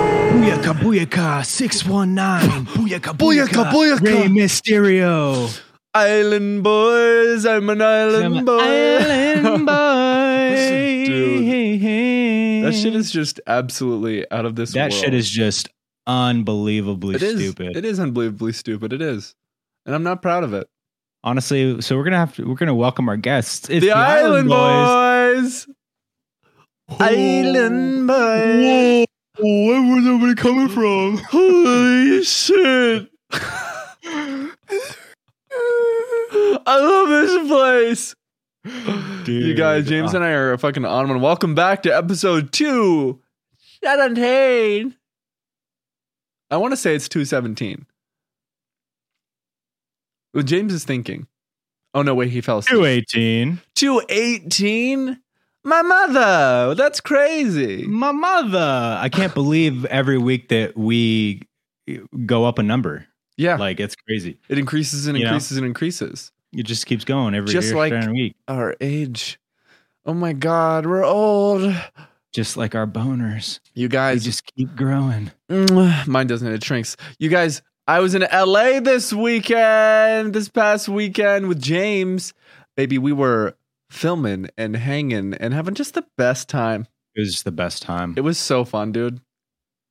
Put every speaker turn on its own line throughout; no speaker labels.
Booyaka Booyaka 619. Booyaka
Booyaka, booyaka.
Rey Mysterio.
Island boys, I'm an island
Some
boy.
Island boy.
Dude.
Hey, hey.
That shit is just absolutely out of this
That
world.
shit is just unbelievably
it is
stupid.
It is unbelievably stupid. It is, and I'm not proud of it.
Honestly, so we're gonna have to we're gonna welcome our guests. It's
the, Island Boys. Island Boys.
Where was everybody coming from?
Holy shit! I love this place. you guys,
Dude. uh,
James and I are fucking on one. Welcome back to episode two seventeen. I want to say it's two seventeen. Well, James is thinking. Oh no! Wait, he fell asleep.
218.
218? My mother. That's crazy.
My mother. I can't believe every week that we go up a number.
Yeah.
Like it's crazy.
it increases and
You know?
increases and increses.
It just keeps going every
Just
year,
like-
every week.
Our age. Oh my God, we're old.
Just like our boners.
You
They
guys,
just keep growing.
Mm, mine doesn't, it shrinks. You guys, I was in LA this weekend, this past weekend with James. Baby, we were filming and hanging and having just the best time.
It was just the best time.
It was so fun, dude.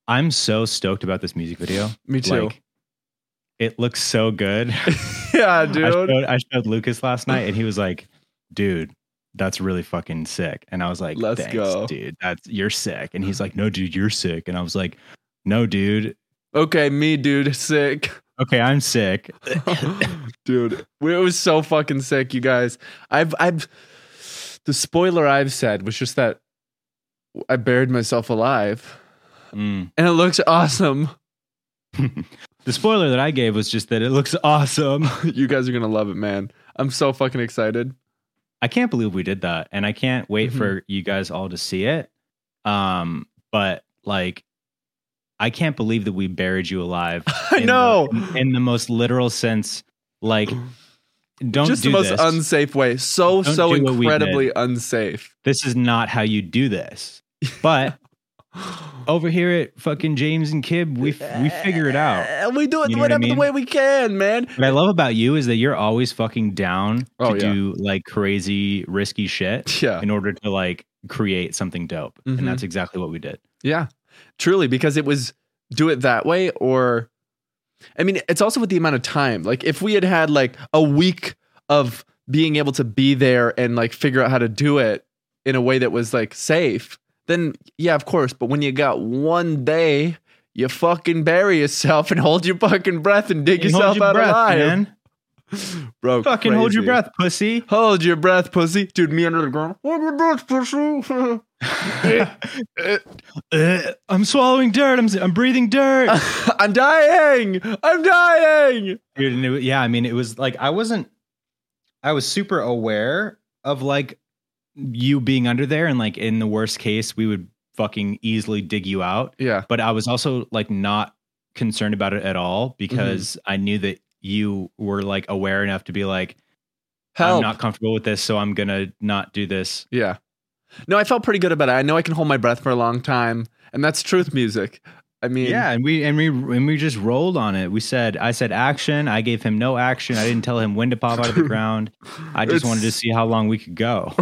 I'm so stoked about this music video.
Me too.
Like it looks so good.
yeah,
I
dude.
showed, I showed Lucas last night, and he was like, "Dude, that's really fucking sick." And I was like,
Let's
"Thanks,
go.
dude. That's you're sick." And he's like, "No, dude, you're sick." And I was like, "No, dude.
Okay, me, dude. Sick.
Okay, I'm sick."
dude it was so fucking sick you guys i've i've the spoiler i've said was just that i buried myself alive
Mm.
and it looks awesome
The spoiler that I gave was just that it looks awesome.
you guys are gonna love it man i'm so fucking excited
I can't believe we did that, and I can't wait
Mhm.
for you guys all to see it. Um, but like, I can't believe that we buried you alive.
i
in the-
know
in, in the most literal sense. Like, don't
just
do
the most
this.
unsafe way so
Don't
so
do what we did.
incredibly unsafe
this is not how you do this. But over here at fucking James and Kib, we we figure it out.
And we do it
You know what I
whatever
mean?
the way we can man
What I love about you is that you're always fucking down
Oh,
to
yeah.
do like crazy risky shit
yeah
in order to like create something dope.
Mhm.
And that's exactly what we did.
Yeah, truly, because it was do it that way, or I mean, it's also with the amount of time. Like, if we had had like a week of being able to be there and like figure out how to do it in a way that was like safe, then yeah, of course. But when you got one day, you fucking bury yourself and hold your fucking breath and dig
And hold
yourself
your
out
breath,
alive,
man.
bro.
Fucking hold your
crazy.
breath, pussy.
Hold your breath, pussy, dude. Me under the ground. Hold your breath, pussy. Eh,
Uh, I'm swallowing dirt. I'm I'm breathing dirt.
I'm dying. I'm dying.
dude and it, wa- yeah i mean it was like i wasn't i was super aware of like you being under there and like in the worst case we would fucking easily dig you out
Yeah.
but i was also like not concerned about it at
Mm-hmm.
all because i knew that you were like aware enough to be like i'm
Help.
not comfortable with this so i'm gonna not do this
yeah. No, I felt pretty good about it. I know I can hold my breath for a long time, and that's truth music. I mean,
yeah and we and we and we just rolled on it we said i said action i gave him no action i didn't tell him when to pop out of the ground i just
It's-
wanted to see how long we could go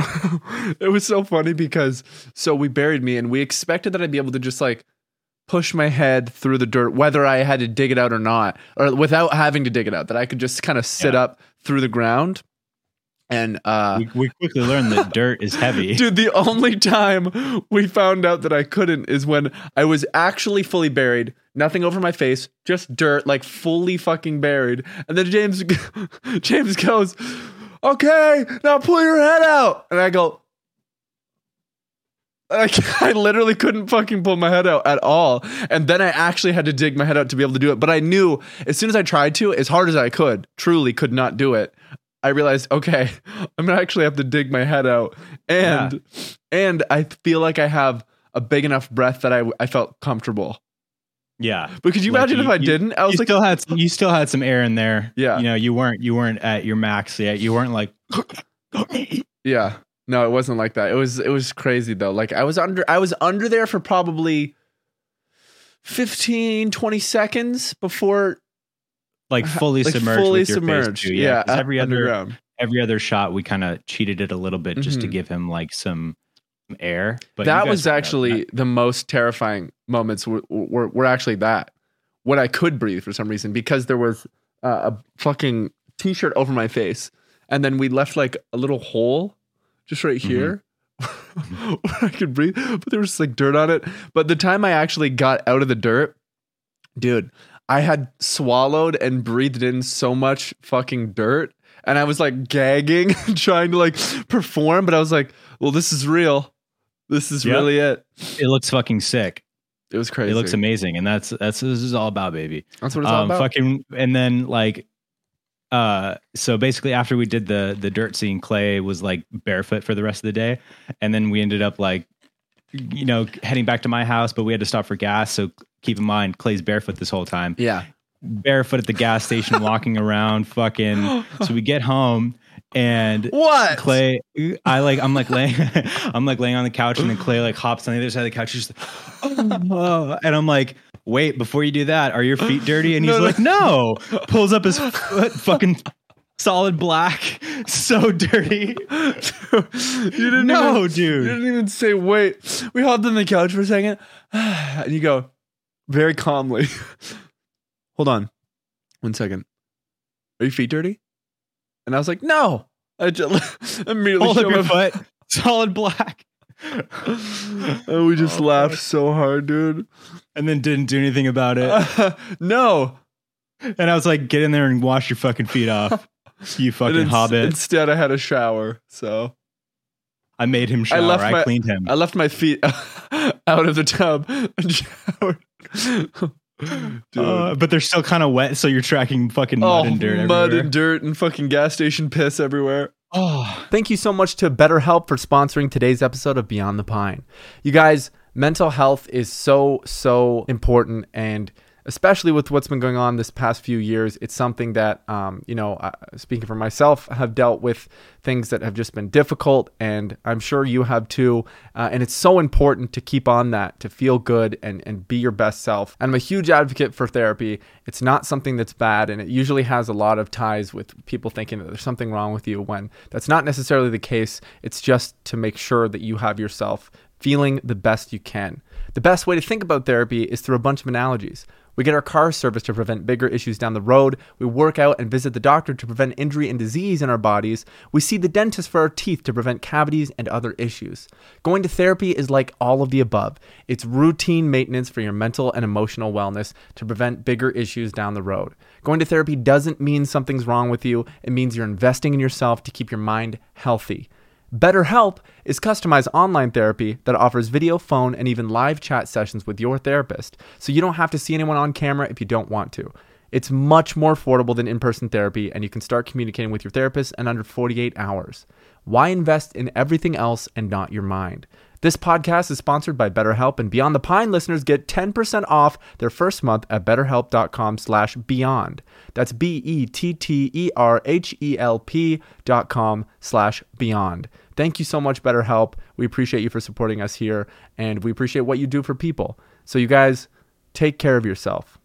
it was so funny because so we buried me, and we expected that I'd be able to just like push my head through the dirt, whether I had to dig it out or not, or without having to dig it out, that I could just kind of sit
Yeah.
up through the ground. And uh,
we, we quickly learned that dirt is heavy.
Dude, the only time we found out that I couldn't is when I was actually fully buried, nothing over my face, just dirt, like fully fucking buried. And then James James goes, "Okay, now pull your head out." And I go and I, c- I literally couldn't fucking pull my head out at all. And then I actually had to dig my head out to be able to do it. But I knew as soon as I tried to, as hard as I could, truly could not do it. I realized, okay, I'm gonna actually have to dig my head out, and and I feel like I have a big enough breath that I I felt comfortable.
Yeah.
But could you
Like,
imagine
you-
if I
you-
didn't? I
You
was like,
still had some, you still had some air in there.
Yeah.
You know, you weren't you weren't at your max yet. You weren't like
yeah, no, it wasn't like that. It was it was crazy though. Like I was under I was under there for probably 15, 20 seconds before
like fully
Uh-huh. like
submerged
fully
with your
submerged.
face too.
yeah,
'cause every other
underground.
every other shot we kind of cheated it a little bit just to
Mhm.
give him like some some air. But you
that
guys
was
were out of
actually the most terrifying moments were, were, were actually that when i could breathe for some reason because there was uh, a fucking t-shirt over my face and then we left like a little hole just right
Mm-hmm.
here where i could breathe but there was like dirt on it but the time i actually got out of the dirt dude i had swallowed and breathed in so much fucking dirt and i was like gagging trying to like perform but i was like well this is real this is
Yeah.
really it.
it looks fucking sick.
It was crazy.
It looks amazing, and that's that's this is all about, baby. Um,
That's what it's all about.
Fucking and then like uh so basically after we did the the dirt scene, Clay was like barefoot for the rest of the day. And then we ended up like you know, heading back to my house, but we had to stop for gas. So keep in mind Clay's barefoot this whole time.
Yeah.
Barefoot at the gas station, walking around, fucking so we get home and
What?
Clay, I like, I'm like laying, I'm like laying on the couch, and then Clay like hops on the other side of the couch, he's just, "Oh," and I'm like, wait, before you do that, are your feet dirty? And he's
No, no.
like, no, pulls up his foot, fucking solid black, so dirty.
you didn't
No,
even, You
dude.
didn't even say wait. We hopped on the couch for a second, and you go very calmly. Hold on, one second. Are your feet dirty? And I was like, no. I just immediately
Hold up
showed
your
my-
foot, solid black,
And we just
Oh,
laughed
God.
so hard, dude.
and then didn't do anything about it.
no,
And I was like, get in there and wash your fucking feet off. You
And
fucking
ins-
hobbit.
Instead, I had a shower. So.
I made him shower. I,
left my-
cleaned him.
I left my feet out of the tub and showered. Dude.
Uh, but they're still kind of wet, so you're tracking fucking mud and dirt everywhere.
Oh, mud and dirt and fucking gas station piss everywhere.
oh.
Thank you so much to BetterHelp for sponsoring today's episode of Beyond the Pine. You guys, mental health is so, so important. And especially with what's been going on this past few years, it's something that, um, you know, uh, speaking for myself, have dealt with things that have just been difficult. And I'm sure you have too. Uh, and it's so important to keep on that, to feel good and, and be your best self. And I'm a huge advocate for therapy. It's not something that's bad. And it usually has a lot of ties with people thinking that there's something wrong with you when that's not necessarily the case. It's just to make sure that you have yourself feeling the best you can. The best way to think about therapy is through a bunch of analogies. We get our car serviced to prevent bigger issues down the road. We work out and visit the doctor to prevent injury and disease in our bodies. We see the dentist for our teeth to prevent cavities and other issues. Going to therapy is like all of the above it's routine maintenance for your mental and emotional wellness to prevent bigger issues down the road. Going to therapy doesn't mean something's wrong with you, it means you're investing in yourself to keep your mind healthy. BetterHelp is customized online therapy that offers video, phone, and even live chat sessions with your therapist, so you don't have to see anyone on camera if you don't want to. It's much more affordable than in person therapy, and you can start communicating with your therapist in under 48 hours. Why invest in everything else and not your mind? This podcast is sponsored by BetterHelp, and Beyond the Pine listeners get 10% off their first month at betterhelp.com slash beyond. That's E B-E-T-T-E-R-H-E-L-P E dot com slash beyond. Thank you so much, BetterHelp. We appreciate you for supporting us here, and we appreciate what you do for people. So you guys, take care of yourself.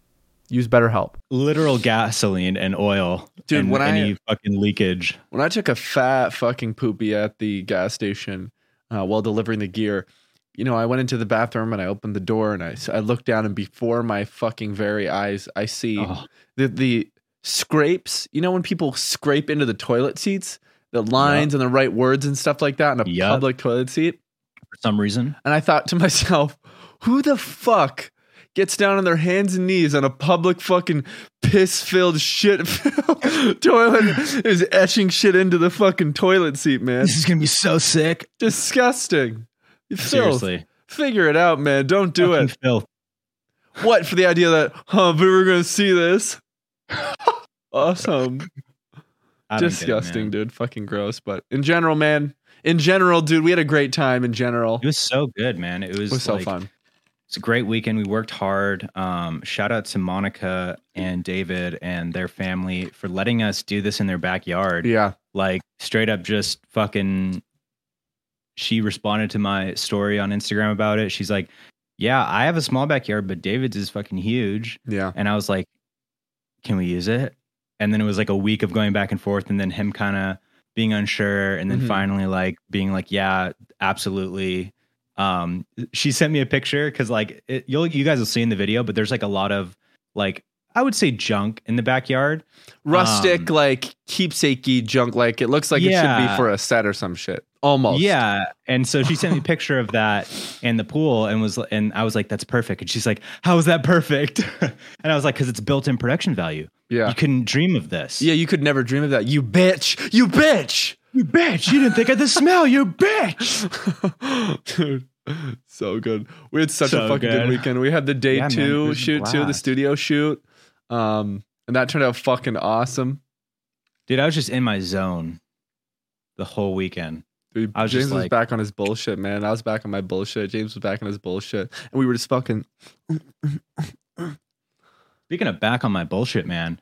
Use BetterHelp.
literal gasoline and oil,
Dude,
and
when I-
any fucking leakage,
When I took a fat fucking poopy at the gas station uh, while delivering the gear, you know, I went into the bathroom and I opened the door and I, s- I looked down and before my fucking very eyes, I see
Oh.
the the scrapes. You know when people scrape into the toilet seats, the lines and the right words and stuff like that in a
Yup.
public toilet seat.
for some reason,
And I thought to myself, who the fuck gets down on their hands and knees on a public fucking piss filled shit filled toilet is etching shit into the fucking toilet seat, man.
is gonna be so sick.
Disgusting. Filth.
Seriously,
Figure it out, man. Don't do
Fucking
it.
filth.
What for the idea that, huh, we were gonna see this? awesome.
I don't get it,
Disgusting,
man.
dude. Fucking gross. But in general, man. In general, dude, we had a great time in general.
It was so good, man. It
It
was,
was so
like,
fun.
It's a great weekend. We worked hard. Um, shout out to Monica and David and their family for letting us do this in their backyard.
Yeah.
Like straight up, just fucking. She responded to my story on Instagram about it. She's like, yeah, I have a small backyard, but David's is fucking huge.
Yeah.
And I was like, can we use it? And then it was like a week of going back and forth and then him kind of being unsure and then
Mhm.
finally like being like, yeah, absolutely. Um, she sent me a picture because like it, you'll you guys will see in the video, but there's like a lot of like I would say junk in the backyard.
Rustic,
Um,
like keepsakey junk. Like it looks like it should be
Yeah.
for a set or some shit. Almost.
Yeah. And so she sent me a picture of that and the pool and was and I was like, that's perfect. And she's like, how is that perfect? and I was like, because it's built in production value.
Yeah.
You couldn't dream of this.
Yeah. You could never dream of that. You bitch. You bitch.
You bitch, you didn't think of the smell, you bitch.
Dude, so good. We had such a
So
fucking good.
good.
weekend. We had the day
Yeah, man, it
two
was a
shoot too, the
blast.
studio shoot. Um, and that turned out fucking awesome.
Dude, I was just in my zone the whole weekend.
Dude,
I was
James
just
was
like-
back on his bullshit, man. I was back on my bullshit. James was back on his bullshit, and we were just
Um,
fucking.
Speaking of back on my bullshit, man,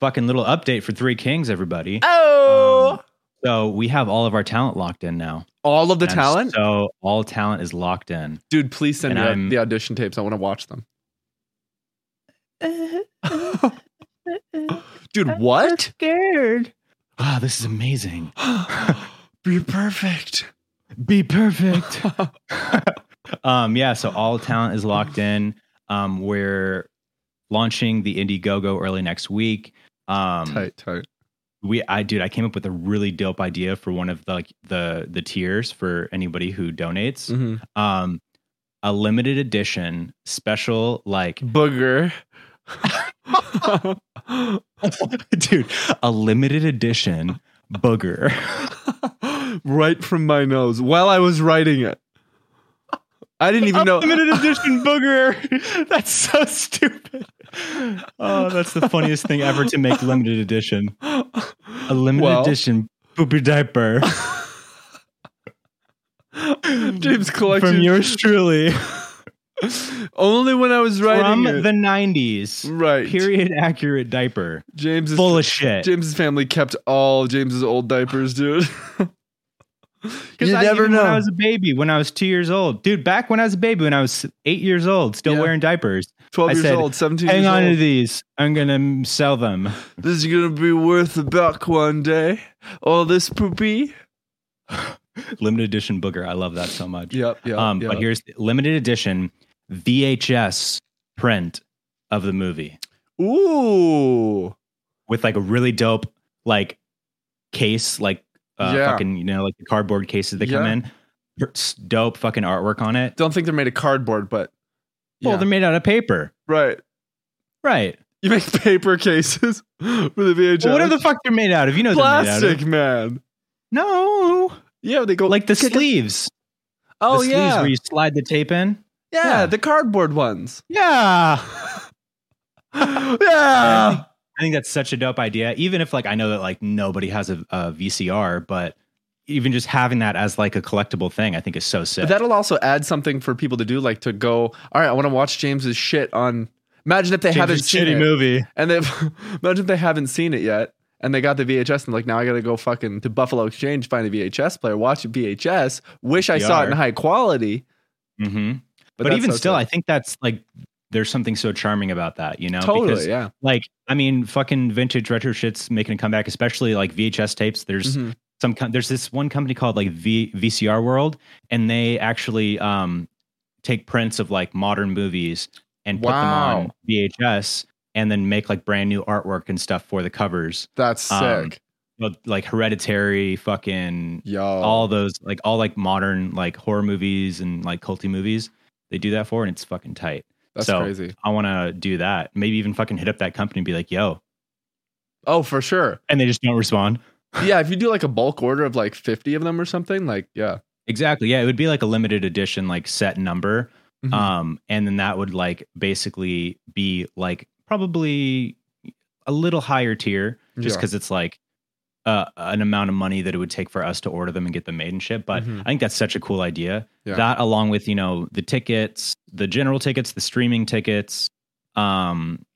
fucking little update for Three Kings, everybody.
Oh,
Um, so we have all of our talent locked in now.
all of the
And
talent,
So all talent is locked in.
dude. Please send
and
me out
I'm-
the audition tapes. I want to watch them. dude, what?
Scared. Ah, this is amazing.
Be perfect.
Be perfect. um, yeah, so all talent is locked in. Um, we're launching the Indiegogo early next week. Um,
tight, tight.
we i dude i came up with a really dope idea for one of the like the the tiers for anybody who donates
Mhm.
um a limited edition special like
Booger.
dude a limited edition booger
right from my nose while I was writing it. I didn't even
a
know.
limited edition booger that's so stupid oh that's the funniest thing ever to make limited edition a limited
Well-
edition poopy diaper
James collection
from yours truly
only when I was
from
writing it.
the 90s
right.
period accurate diaper
James's
full of shit
James's family kept all James's old diapers, dude.
Because I, even When I was a baby, when I was two years old, dude. Back when I was a baby, when I was eight years old, still
Yeah.
wearing diapers.
Twelve
I
years
said,
old, seventeen.
Hang
years
on
old.
to these. I'm gonna mm, sell them.
This is gonna be worth a buck one day. All this poopy.
Limited edition booger. I love that so much.
Yep. Yep.
um,
yep.
but here's the limited edition VHS print of the movie
Ooh.
with like a really dope like case, like uh,
Yeah.
fucking you know like the cardboard cases that come
Yeah.
in. It's Dope fucking artwork on it.
Don't think they're made of cardboard, but
Well,
Yeah.
they're made out of paper,
right.
right?
You make paper cases for the VHS.
Well, whatever the fuck they're made out of, you know, they're made out of.
plastic, man.
No,
Yeah, they go
like the
Kick it-
sleeves.
Oh
the sleeves
yeah.
where you slide the tape in.
yeah,
yeah.
the cardboard ones.
Yeah, I
yeah.
think, I think that's such a dope idea. Even if like I know that like nobody has a, a VCR, but even just having that as like a collectible thing, I think is so sick.
But that'll also add something for people to do, like to go. All right, I want to watch James's shit on. Imagine if they haven't
James'
seen
shitty
it,
movie.
and they imagine if they haven't seen it yet, and they got the VHS, and like now I got to go fucking to Buffalo Exchange find a VHS player, watch a VHS. Wish I saw it in
VR.
high quality,
hmm But,
that's
even
so
still,
sick.
I think that's like there's something so charming about that, you know?
totally,
Because,
yeah.
like, I mean, fucking vintage retro shit's making a comeback, especially like VHS tapes. There's
Mhm.
some com- there's this one company called like v- VCR World, and they actually um, take prints of like modern movies and put them on
Wow.
VHS, and then make like brand new artwork and stuff for the covers.
That's sick,
Um, But, like Hereditary, fucking
yo.
all those like all like modern like horror movies and like culty movies. They do that for, and it's fucking tight.
that's
so-
crazy.
I want to do that. Maybe even fucking hit up that company and be like, "Yo,"
Oh, for sure.
and they just don't respond.
yeah, if you do like a bulk order of like 50 of them or something, like, yeah.
Exactly. Yeah, it would be like a limited edition, like set number.
Mhm.
um and then that would like basically be like probably a little higher tier just
Yeah.
because it's like uh, an amount of money that it would take for us to order them and get them made and shit but
Mhm.
i think that's such a cool idea
Yeah.
that along with you know the tickets the general tickets the streaming tickets um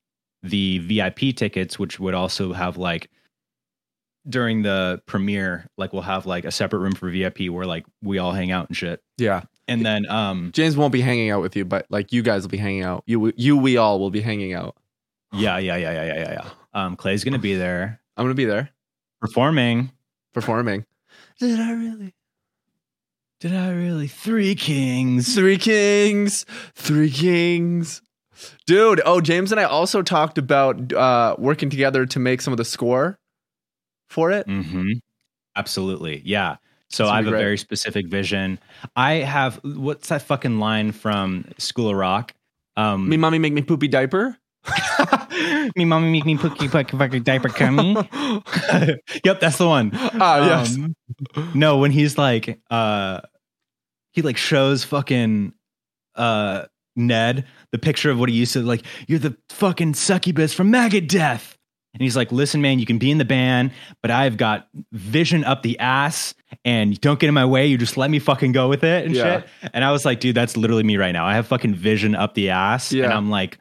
the vip tickets which would also have like during the premiere like we'll have like a separate room for vip where like we all hang out and shit
Yeah.
and then um
James won't be hanging out with you, but like you guys will be hanging out. You, you, we all will be hanging out.
yeah yeah yeah yeah yeah yeah yeah. Um, Clay's gonna be there
I'm gonna be there
performing.
performing. Did I really?
Did I really three kings?
Three Kings, Three Kings, dude. Oh, James and I also talked about uh, working together to make some of the score for it.
Mm-hmm. Absolutely, yeah. So
It's gonna
I have
be
a
great.
very specific vision. I have what's that fucking line from School of Rock? Um,
Me, mommy, make me poopy diaper.
me mommy make me pookie puck puck diaper cummy.
ah,
yep, that's the one.
yes.
Um, no, when he's like, uh, he like shows fucking uh, Ned the picture of what he used to like. You're the fucking succubus from Maggot Death, and he's like, "Listen, man, you can be in the band, but I've got vision up the ass, and don't get in my way. You just let me fucking go with it and
Yeah.
shit." And I was like, "Dude, that's literally me right now. I have fucking vision up the ass, and
Yeah.
I'm like,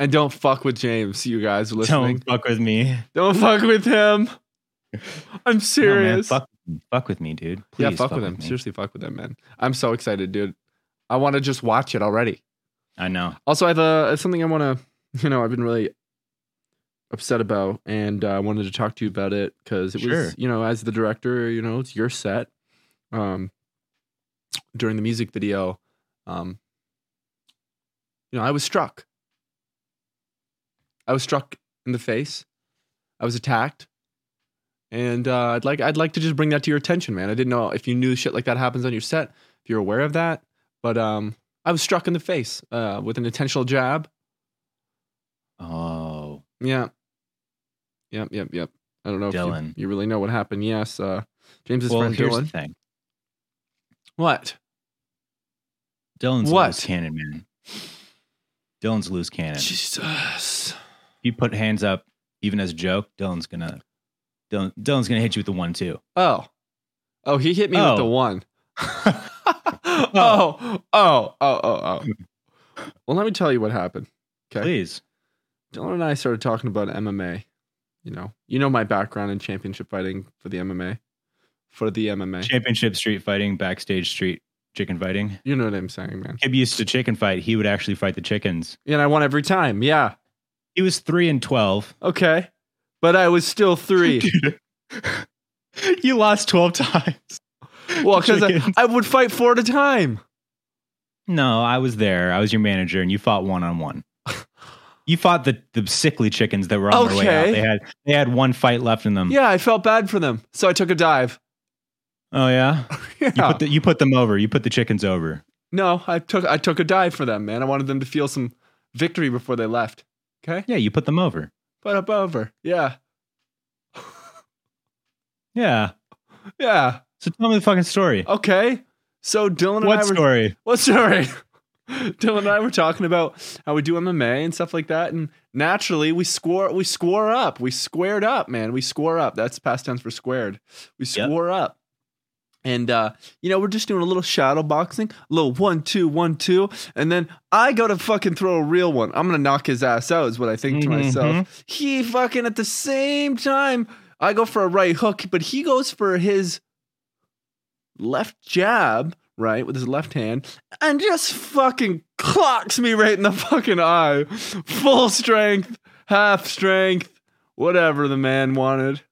And don't fuck with James, you guys listening.
don't fuck with me,
Don't, fuck with him. I'm
No, man,
serious.
fuck, fuck with me, dude. Please
yeah, fuck, with him.
me.
Seriously, fuck with him, man. I'm so excited, dude. I want to just watch it already.
I know.
Also, I have a I have Uh, something I want to, you know, I've been really upset about, and uh, I wanted to talk to you about it because it
Sure.
was, you know, as the director, you know, it's your set. Um, during the music video, um, you know, I was struck. I was struck in the face. I was attacked, and uh, I'd like I'd like to just bring that to your attention, man. I didn't know if you knew shit like that happens on your set, if you're aware of that, but um, I was struck in the face uh, with an intentional jab.
Oh,
Yeah. Yep, yep, yep. I don't know if you-
Dylan.
you, really know what happened. Yes, uh, James's
well,
friend
here's the
Dylan.
thing.
What?
Dylan's
What?
a loose cannon, man. Dylan's a loose cannon. If
Jesus.
you put hands up, even as a joke, Dylan's gonna Dylan, Dylan's gonna hit you with the one two.
Oh. Oh, he hit me
Oh.
with the one. oh, oh, oh, oh, oh. Well, let me tell you what happened. Okay.
Please.
Dylan and I started talking about MMA. You know, you know my background in championship fighting for the MMA. For the MMA.
Championship street fighting, backstage street chicken fighting.
You know what I'm saying, man.
Kib used to chicken fight. He would actually fight the chickens.
And I won every time. Yeah.
He was three and twelve.
Okay. But I was still three.
you lost twelve times.
Well, uh, because I,
Chickens.
I would fight four at a time.
No, I was there. I was your manager, and you fought one on one. You fought the, the sickly chickens that were on their way
Okay.
out. They had they had one fight left in them.
Yeah, I felt bad for them, so I took a dive.
Oh yeah. You
Yeah.
put the, you put them over. You put the chickens over.
no, I took I took a dive for them, man. I wanted them to feel some victory before they left. Okay,
Yeah, you put them over.
but up over. Yeah,
Yeah.
yeah.
So tell me the fucking story.
Okay. So Dylan and I
what
were
story?
Well, sorry. Dylan and I were talking about how we do MMA and stuff like that, and naturally we score we score up. We squared up, man. We score up. That's past tense for squared. We
Yep.
score up. And uh, you know, we're just doing a little shadow boxing, a little one, two, one, two, and then I go to fucking throw a real one. I'm gonna knock his ass out, is what I think to myself. He fucking at the same time, I go for a right hook, but he goes for his left jab, right, with his left hand, and just fucking clocks me right in the fucking eye. Full strength, half strength, whatever the man wanted.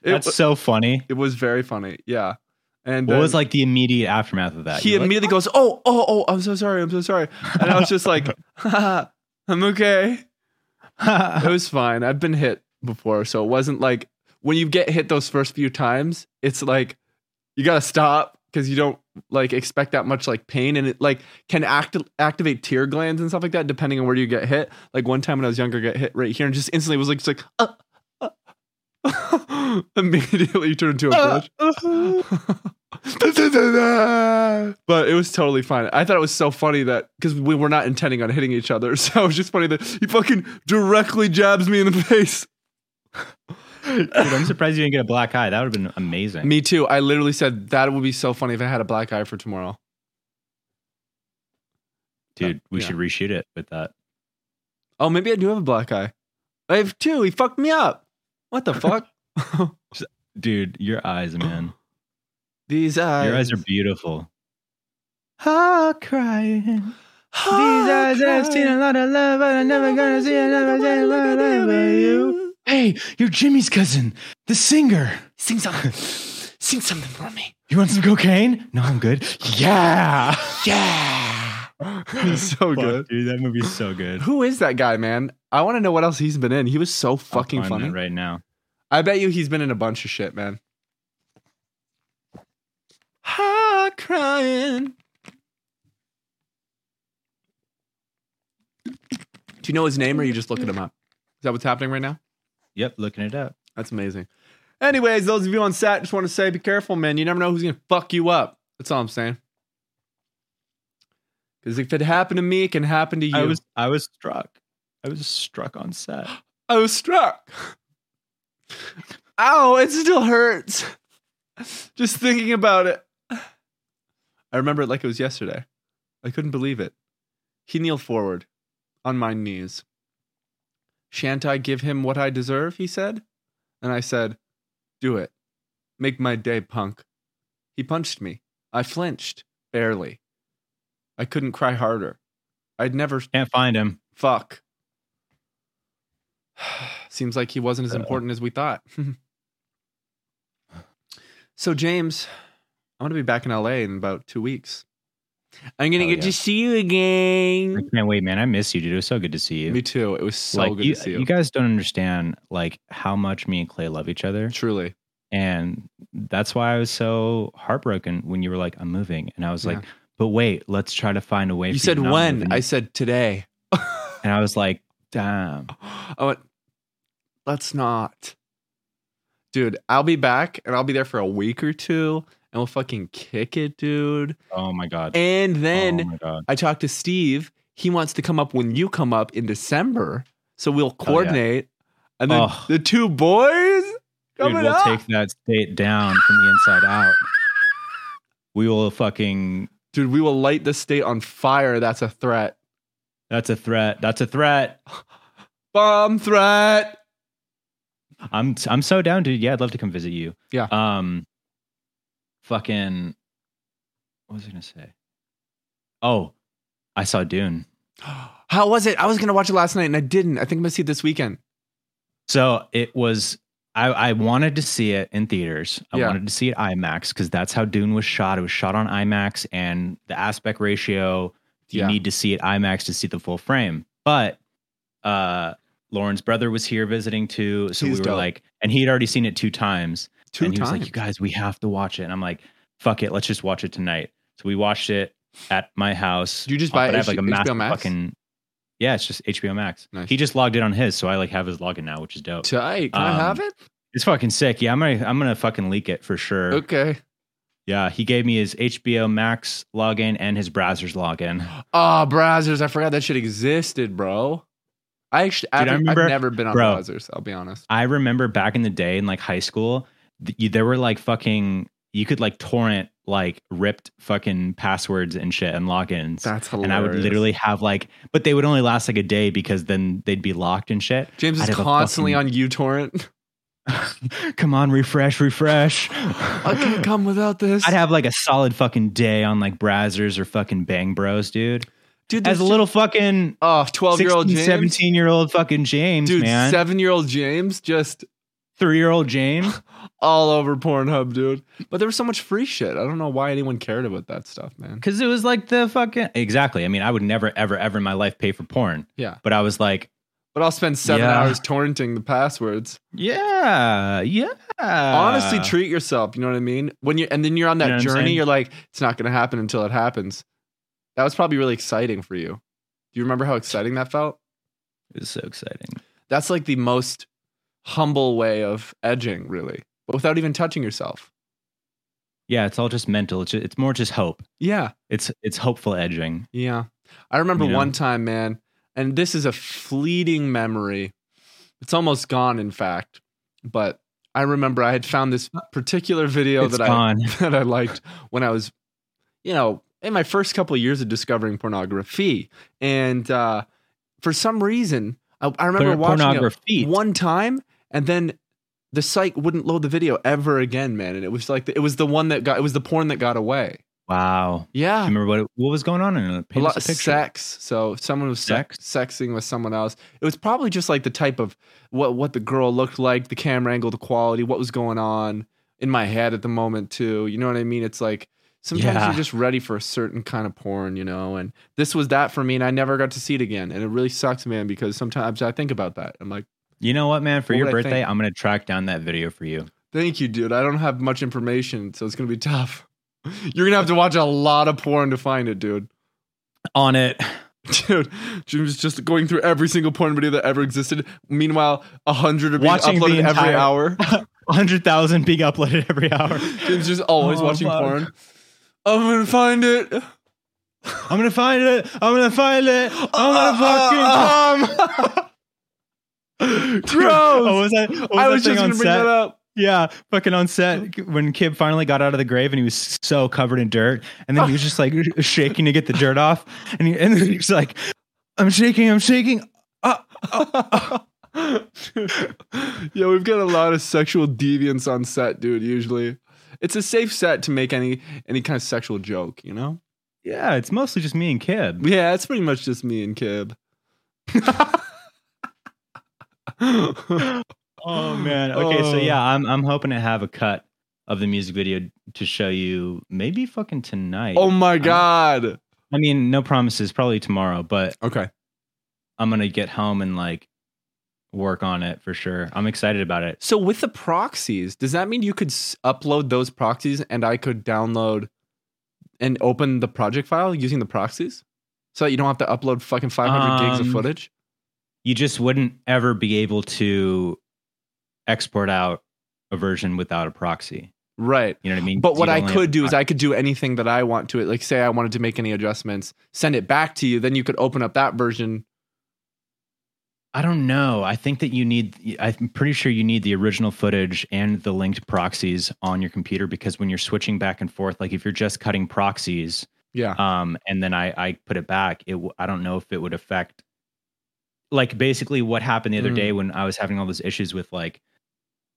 It,
That's
wa-
so funny.
it was very funny. Yeah. And
What
then
was like the immediate aftermath of that?
he
You were like,
immediately goes, Oh, oh, oh, I'm so sorry. I'm so sorry. And I was just like, Haha, I'm okay. It was fine. I've been hit before. So it wasn't like when you get hit those first few times, it's like you got to stop because you don't like expect that much like pain and it like can act- activate tear glands and stuff like that depending on where you get hit. Like one time when I was younger, I got hit right here and just instantly was like, just like, uh, uh, immediately turned into a
Uh,
bitch. but it was totally fine. I thought it was so funny that because we were not intending on hitting each other, so it was just funny that he fucking directly jabs me in the face.
Dude, I'm surprised you didn't get a black eye. That would have been amazing.
Me too. I literally said that would be so funny if I had a black eye for tomorrow.
Dude, we
Yeah.
should reshoot it with that.
Oh, maybe I do have a black eye. I have two. He fucked me up. What the fuck?
Dude, your eyes, man.
These eyes.
Your eyes are beautiful. ah, crying. These eyes have seen a lot of love, but I'm never gonna see another day like you. Hey, you're Jimmy's cousin, the singer.
Sing something. Sing something for me.
You want some cocaine? No, I'm good. Yeah.
Yeah. so good.
Fuck, dude. That movie's so good.
Who is that guy, man? I want to know what else he's been in. He was so
I'll
fucking
find
funny.
that right now.
I bet you he's been in a bunch of shit, man. Ha crying. Do you know his name or are you just looking him up? Is that what's happening right now?
Yep, looking it up.
That's amazing. Anyways, those of you on set, just want to say be careful, man. You never know who's going to fuck you up. That's all I'm saying. Because if it happened to me, it can happen to you.
I was I was struck. I was struck on set.
I was Oh, struck. Ow, it still hurts. Just thinking about it. I remember it like it was yesterday. I couldn't believe it. He kneeled forward on my knees. Shan't I give him what I deserve? He said. And I said, Do it. Make my day, punk. He punched me. I flinched, barely. I couldn't cry harder. I'd never
Can't find him.
Fuck. Seems like he wasn't as
Uh-oh.
important as we thought. so, James, I'm going to be back in LA in about two weeks. I'm going to
Oh,
get
yeah.
to see you
I
again.
can't wait, man. I miss you, dude. It was so good to see you.
Me too. It was so
like
good
you,
to see you.
you guys don't understand like how much me and Clay love each other.
Truly.
And that's why I was so heartbroken when you were like, I'm moving. And I was like,
Yeah.
but wait, let's try to find a way. for
You said
to not
when?
move."
I said today.
and I was like, damn.
I went, let's not. Dude, I'll be back and I'll be there for a week or two and we'll fucking kick it, dude.
Oh my God.
And then.
oh my God.
I talked to Steve. He wants to come up when you come up in December. So we'll coordinate. And then
Oh.
the two boys
Dude,
coming
we'll
up.
take that state down from the inside out. We will fucking.
Dude, we will light the state on fire. That's a threat.
That's a threat. That's a threat.
Bomb threat.
I'm I'm so down, dude. Yeah, I'd love to come visit you.
Yeah.
Um. Fucking. What was I gonna say? Oh, I saw Dune.
How was it? I was gonna watch it last night and I didn't. I think I'm gonna see it this weekend.
So it was. I, I wanted to see it in theaters. I
Yeah.
wanted to see it IMAX because that's how Dune was shot. It was shot on IMAX, and the aspect ratio you
Yeah.
need to see it IMAX to see the full frame. But uh, Lauren's brother was here visiting too, so
He's
we were
dope.
like, and he had already seen it two times.
Two
and he
times.
was like, "You guys, we have to watch it." And I'm like, "Fuck it, let's just watch it tonight." So we watched it at my house. Uh,
Did you just buy it
But I have like a
H- HBO
massive
Max?
fucking yeah. It's just HBO Max.
Nice.
He just logged in on his, so I like have his login now, which is dope.
Tight. Can I
Um,
have it?
It's fucking sick. Yeah, I'm gonna I'm gonna fucking leak it for sure.
Okay.
Yeah, he gave me his HBO Max login and his browser's login.
Oh, browsers. I forgot that shit existed, bro. I actually,
Dude, I
I have
remember-
never been on
bro.
browsers. I'll be honest.
I remember back in the day in like high school, th- you, there were like fucking you could like torrent like ripped fucking passwords and shit and logins.
That's hilarious.
and I would literally have like, but they would only last like a day because then they'd be locked and shit.
James is
I'd have a
constantly
fucking-
on uTorrent.
Come on, refresh, refresh.
I can come without this.
I'd have like a solid fucking day on like Brazzers or fucking Bang Bros, dude.
dude,
As a little fucking
oh, 12 year old
16,
James.
17 year old fucking James,
dude,
man.
seven year old James just
Three year old James.
all over Pornhub, dude. But there was so much free shit. I don't know why anyone cared about that stuff, man.
Cause it was like the fucking, exactly. I mean, I would never, ever, ever in my life pay for porn.
Yeah.
But I was like,
But I'll spend seven
Yeah.
hours torrenting the passwords.
yeah, yeah.
Honestly, treat yourself. You know what I mean? When you and then you're on that
Ah. You know what I'm
journey,
saying?
you're like, it's not gonna happen until it happens. That was probably really exciting for you. Do you remember how exciting that felt?
it was so exciting.
That's like the most humble way of edging, really, but without even touching yourself.
Yeah. It's all just mental. It's, ju- it's more just hope.
Yeah.
It's it's hopeful edging.
Yeah. I remember
You know?
one time, man, and this is a fleeting memory. It's almost gone, in fact. But I remember I had found this particular video
Uh, it's
that
gone.
I that I liked when I was, you know, in my first couple of years of discovering pornography. And uh, for some reason, I, I remember
Porn-
watching it
pornography.
one time and then the site wouldn't load the video ever again man and it was like it was the one that got it was the porn that got away
Wow. Do
Yeah.
you remember what what was going on in it?
a
Paint us
lot
a
of
picture.
sex. So if someone was sex, sexing with someone else, it was probably just like the type of what what the girl looked like, the camera angle, the quality, what was going on in my head at the moment too. You know what I mean? It's like sometimes
Yeah.
you're just ready for a certain kind of porn, you know. And this was that for me, and I never got to see it again. And it really sucks, man, because sometimes I think about that. I'm like,
You know what, man? For
What
your
would I
birthday,
think?
I'm gonna track down that video for you.
thank you, dude. I don't have much information, so it's gonna be tough. You're gonna have to watch a lot of porn to find it, dude.
On it.
Dude, Jim's just going through every single porn video that ever existed. Meanwhile, a hundred are being
Watching the
uploaded every
entire-
hour.
hundred thousand being uploaded every hour.
Jim's just always
Oh,
watching
fuck. Uh,
porn. I'm gonna find it. I'm
I'm gonna find it. I'm gonna find it.
Uh,
I'm gonna fucking. uh,
um.
Dude, uh. What
Gross.
was that? What was
I
that
was
thing
just gonna
on
bring
set?
that up.
Yeah, fucking on set when Kib finally got out of the grave and he was so covered in dirt, and then he was just like shaking to get the dirt off, and he, and then he was like, "I'm shaking, I'm shaking."
yeah, we've got a lot of sexual deviance on set, dude. Usually, it's a safe set to make any any kind of sexual joke, you know.
Yeah, it's mostly just me and Kib.
Yeah, it's pretty much just me and Kib.
Oh man. Okay, so
Oh.
yeah, I'm I'm hoping to have a cut of the music video to show you maybe fucking tonight.
oh my god.
I mean, no promises, probably tomorrow, but
Okay.
I'm gonna get home and like work on it for sure. I'm excited about it.
So with the proxies, does that mean you could s- upload those proxies and I could download and open the project file using the proxies? So that you don't have to upload fucking 500 gigs
Um,
of footage?
You just wouldn't ever be able to export out a version without a proxy.
Right.
You know what I mean?
But what
You'd
I
only have
could do
a
is I could do anything that I want to it. Like say I wanted to make any adjustments, send it back to you, then you could open up that version.
I don't know. I think that you need. I'm pretty sure you need the original footage and the linked proxies on your computer because when you're switching back and forth, like if you're just cutting proxies,
Yeah.
um, and then I I put it back, it w- I don't know if it would affect. Like basically, what happened the other
Mm.
day when I was having all those issues with like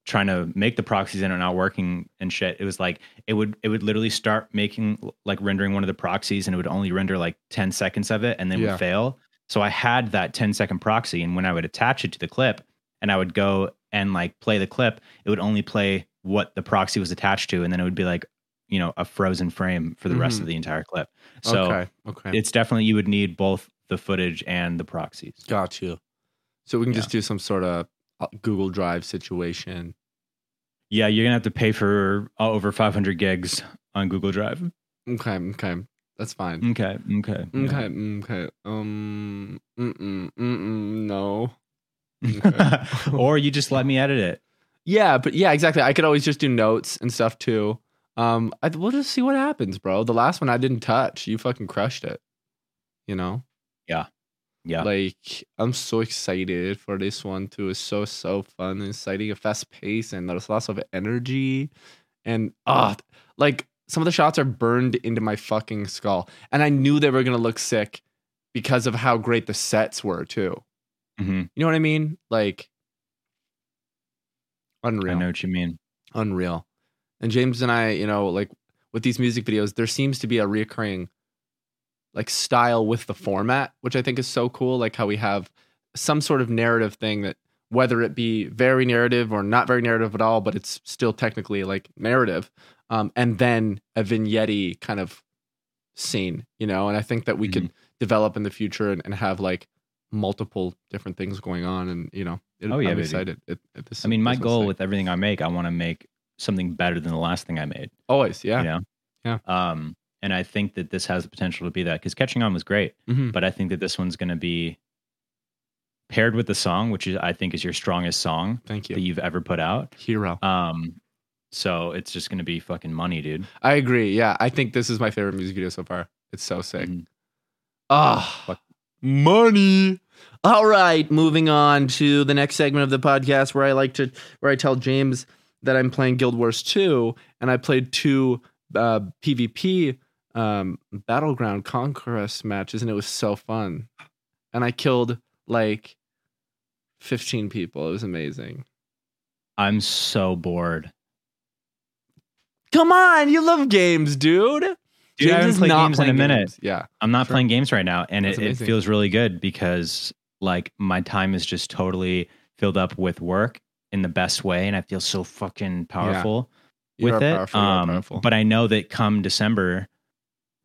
trying to make the proxies and it not working and shit. It was like it would it would literally start making like rendering one of the proxies and it would only render like 10 seconds of it and then
Yeah.
would fail. So I had that 10 second proxy and when I would attach it to the clip and I would go and like play the clip, it would only play what the proxy was attached to and then it would be like, you know, a frozen frame for the rest
Mhm.
of the entire clip. So
okay. Okay.
it's definitely you would need both the footage and the proxies.
Got you. So we can
Yeah.
just do some sort of uh, Google Drive situation.
Yeah, you're going to have to pay for uh, over 500 gigs on Google Drive.
Okay, okay, that's fine.
Okay, okay. yeah.
Okay, okay. Um, mm-mm, mm-mm, no.
or you just let me edit it.
Yeah, but yeah, exactly. I could always just do notes and stuff too. Um, I, we'll just see what happens, bro. The last one I didn't touch. You fucking crushed it. You know.
Yeah.
Like I'm so excited for this one too. It's so so fun, and exciting, a fast pace, and there's lots of energy, and ah, like some of the shots are burned into my fucking skull, and I knew they were gonna look sick because of how great the sets were too.
hmm
You know what I mean? Like unreal
I know what you mean.
unreal. And James and I, you know, like with these music videos, there seems to be a reoccurring like style with the format, which I think is so cool. Like how we have some sort of narrative thing that whether it be very narrative or not very narrative at all, but it's still technically like narrative. Um, and then a vignette kind of scene, you know, and I think that we could
Mm-hmm.
develop in the future and, and have like multiple different things going on. And, you know, it,
Oh, yeah,
I'm
baby.
excited. It, it- this,
I mean, my
this one's
goal
sick.
with everything I make, I want to make something better than the last thing I made.
always, yeah.
You know?
Yeah.
Um, and I think that this has the potential to be that because Catching On was great,
Mhm.
but I think that this one's going to be paired with the song, which is, I think is your strongest song
Thank
that
you.
you've ever put out.
Hero.
Um, so it's just going to be fucking money, dude.
I agree. Yeah, I think this is my favorite music video so far. It's so sick.
Mhm.
Ah,
Fuck.
money. All right, moving on to the next segment of the podcast where I like to where I tell James that I'm playing Guild Wars 2 and I played two uh, PvP um, battleground conquest matches and it was so fun. And I killed like 15 people. It was amazing.
I'm so bored.
Come on, you love games, dude.
Dude, I haven't played games in a minute.
games. Yeah.
I'm not
Sure.
playing games right now, and
That's
it, it
amazing.
feels really good because like my time is just totally filled up with work in the best way, and I feel so fucking powerful
You
with
are
it. Um,
powerful, you are powerful.
But I know that come December,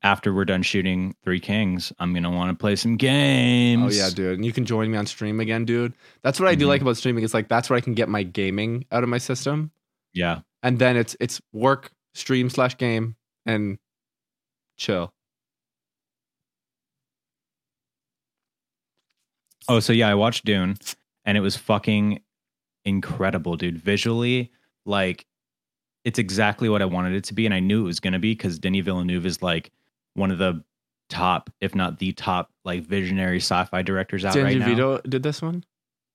after we're done shooting Three Kings, I'm gonna want to play some
Oh
games.
yeah, dude. And you can join me on stream again, dude. That's what I do
Mhm.
like about streaming. It's like that's where I can get my gaming out of my system.
yeah,
And then it's it's work, stream slash game, and chill.
Oh, so yeah, I watched Dune and it was fucking incredible, dude. Visually, like it's exactly what I wanted it to be. And I knew it was going to be because Denis Villeneuve is like one of the top, if not the top, like visionary sci fi directors out
Dan
right now.
DeVito did this one?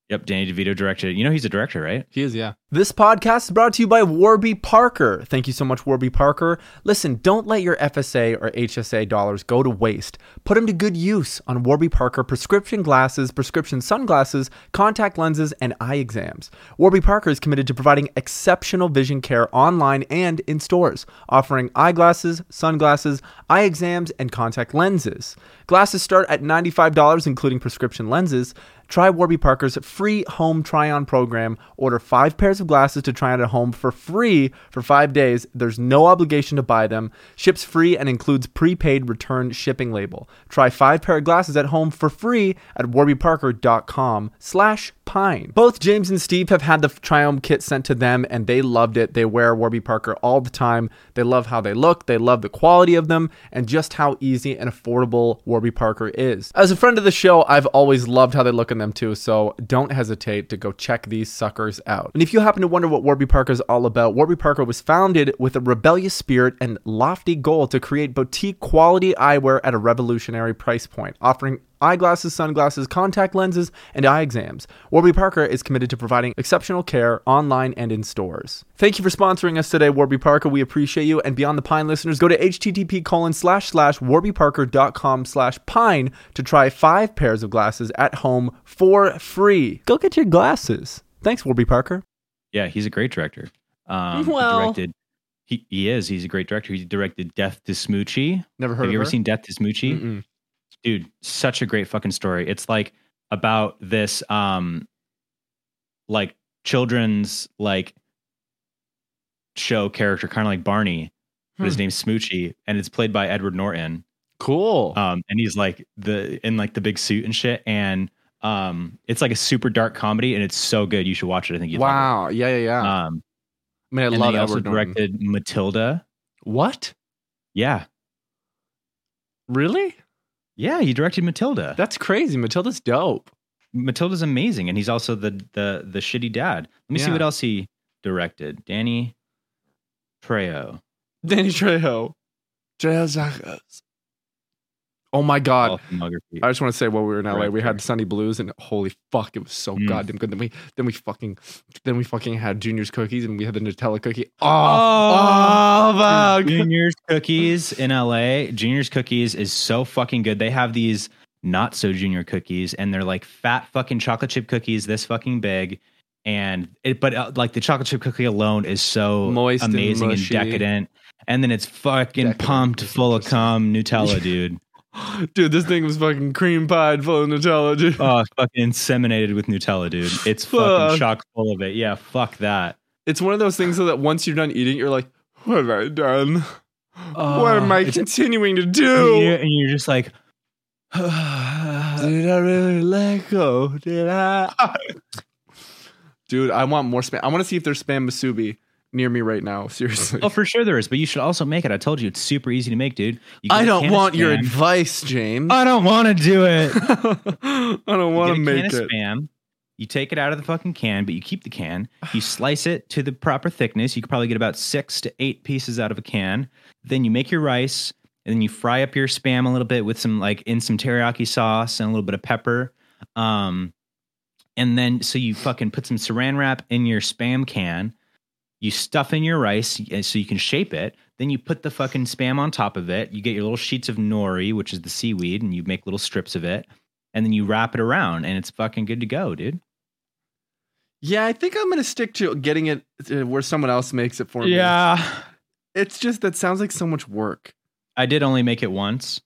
Yep. Danny DeVito directed it. You know, he's a director, right?
He is, yeah.
This podcast is brought to you by Warby Parker. Thank you so much, Warby Parker. Listen, don't let your FSA or HSA dollars go to waste. Put them to good use on Warby Parker prescription glasses, prescription sunglasses, contact lenses, and eye exams. Warby Parker is committed to providing exceptional vision care online and in stores, offering eyeglasses, sunglasses, eye exams, and contact lenses. Glasses start at $95, including prescription lenses. Try Warby Parker's free home try on program. Order five pairs of glasses to try on at home for free for five days. There's no obligation to buy them. Ships free and includes prepaid return shipping label. Try five pair of glasses at home for free at warbyparker.com slash pine. Both James and Steve have had the Triome kit sent to them and they loved it. They wear Warby Parker all the time. They love how they look. They love the quality of them and just how easy and affordable Warby Parker is. As a friend of the show, I've always loved how they look in them too, so don't hesitate to go check these suckers out. And if you happen to wonder what Warby Parker is all about, Warby Parker was founded with a rebellious spirit and lofty goal to create boutique quality eyewear at a revolutionary price point, offering eyeglasses, sunglasses, contact lenses, and eye exams. Warby Parker is committed to providing exceptional care online and in stores. Thank you for sponsoring us today, Warby Parker. We appreciate you. And Beyond the Pine listeners, go to http colon slash slash warbyparker.com slash pine to try five pairs of glasses at home for free. Go get your glasses. Thanks, Warby Parker.
Yeah, he's a great director. Um, he
Well.
directed, he, he is. He's a great director. He directed Death to Smoochie.
Never heard
Have
of
you ever
her?
seen Death to Smoochie?
Mm-mm.
dude such a great fucking story it's like about this um like children's like show character kind of like barney but his
Hmm.
name's smoochie and it's played by edward norton
Cool.
um and he's like the in like the big suit and shit and um it's like a super dark comedy and it's so good you should watch it i think you'd love
wow. Yeah, yeah,
it.
yeah.
um
I mean, I
and
love
then he also
Edward Norton.
directed matilda
What?
yeah
Really?
yeah he directed matilda
That's crazy. Matilda's dope.
Matilda's amazing, and he's also the the the shitty dad. Let me see
Yeah.
what else he directed. Danny Trejo.
Danny Trejo. Trejo Zachas. Oh my god.
all filmography.
I just want to say while we were in LA,
Right,
we
sure.
had Sunny Blues, and holy fuck, it was so
Mm.
goddamn good. Then we then we fucking then we fucking had Junior's cookies, and we had the Nutella cookie. Oh,
Oh,
oh, fuck.
Junior's Cookies in LA. Junior's Cookies is so fucking good. They have these not so junior cookies, and they're like fat fucking chocolate chip cookies this fucking big. And it, but uh, like the chocolate chip cookie alone is so
Moist and
amazing and,
mushy.
decadent. And then it's fucking
Decadent
pumped
is
full of
interesting.
cum Nutella, dude.
dude, this thing was fucking cream pie and full of Nutella, dude.
Oh, fucking inseminated with Nutella, dude. It's fucking
Fuck.
chock full of it. Yeah, fuck that.
It's one of those things so that once you're done eating, you're like, what have I done? what am I
it's-
continuing to
And
do?
you're, and you're just like,
Did I really let go? Did I? Dude, I want more spam. I want to see if there's spam masubi near me right now. Seriously.
oh, for sure there is, but you should also make it. I told you it's super easy to make, dude. You get
I
a
don't
can of
want your
spam. Uh,
advice, James.
I don't want to do it. You
I don't want
get
to
a
make
can of
it.
spam. You take it out of the fucking can, but you keep the can. You slice it to the proper thickness. You could probably get about six to eight pieces out of a can. Then you make your rice, and then you fry up your spam a little bit with some like in some teriyaki sauce and a little bit of pepper. Um, and then so you fucking put some saran wrap in your spam can. You stuff in your rice uh, so you can shape it. Then you put the fucking spam on top of it. You get your little sheets of nori, which is the seaweed, and you make little strips of it. And then you wrap it around, and it's fucking good to go, dude.
Yeah, I think I'm gonna stick to getting it uh, where someone else makes it for me. It's just that sounds like so much work.
I did only make it once,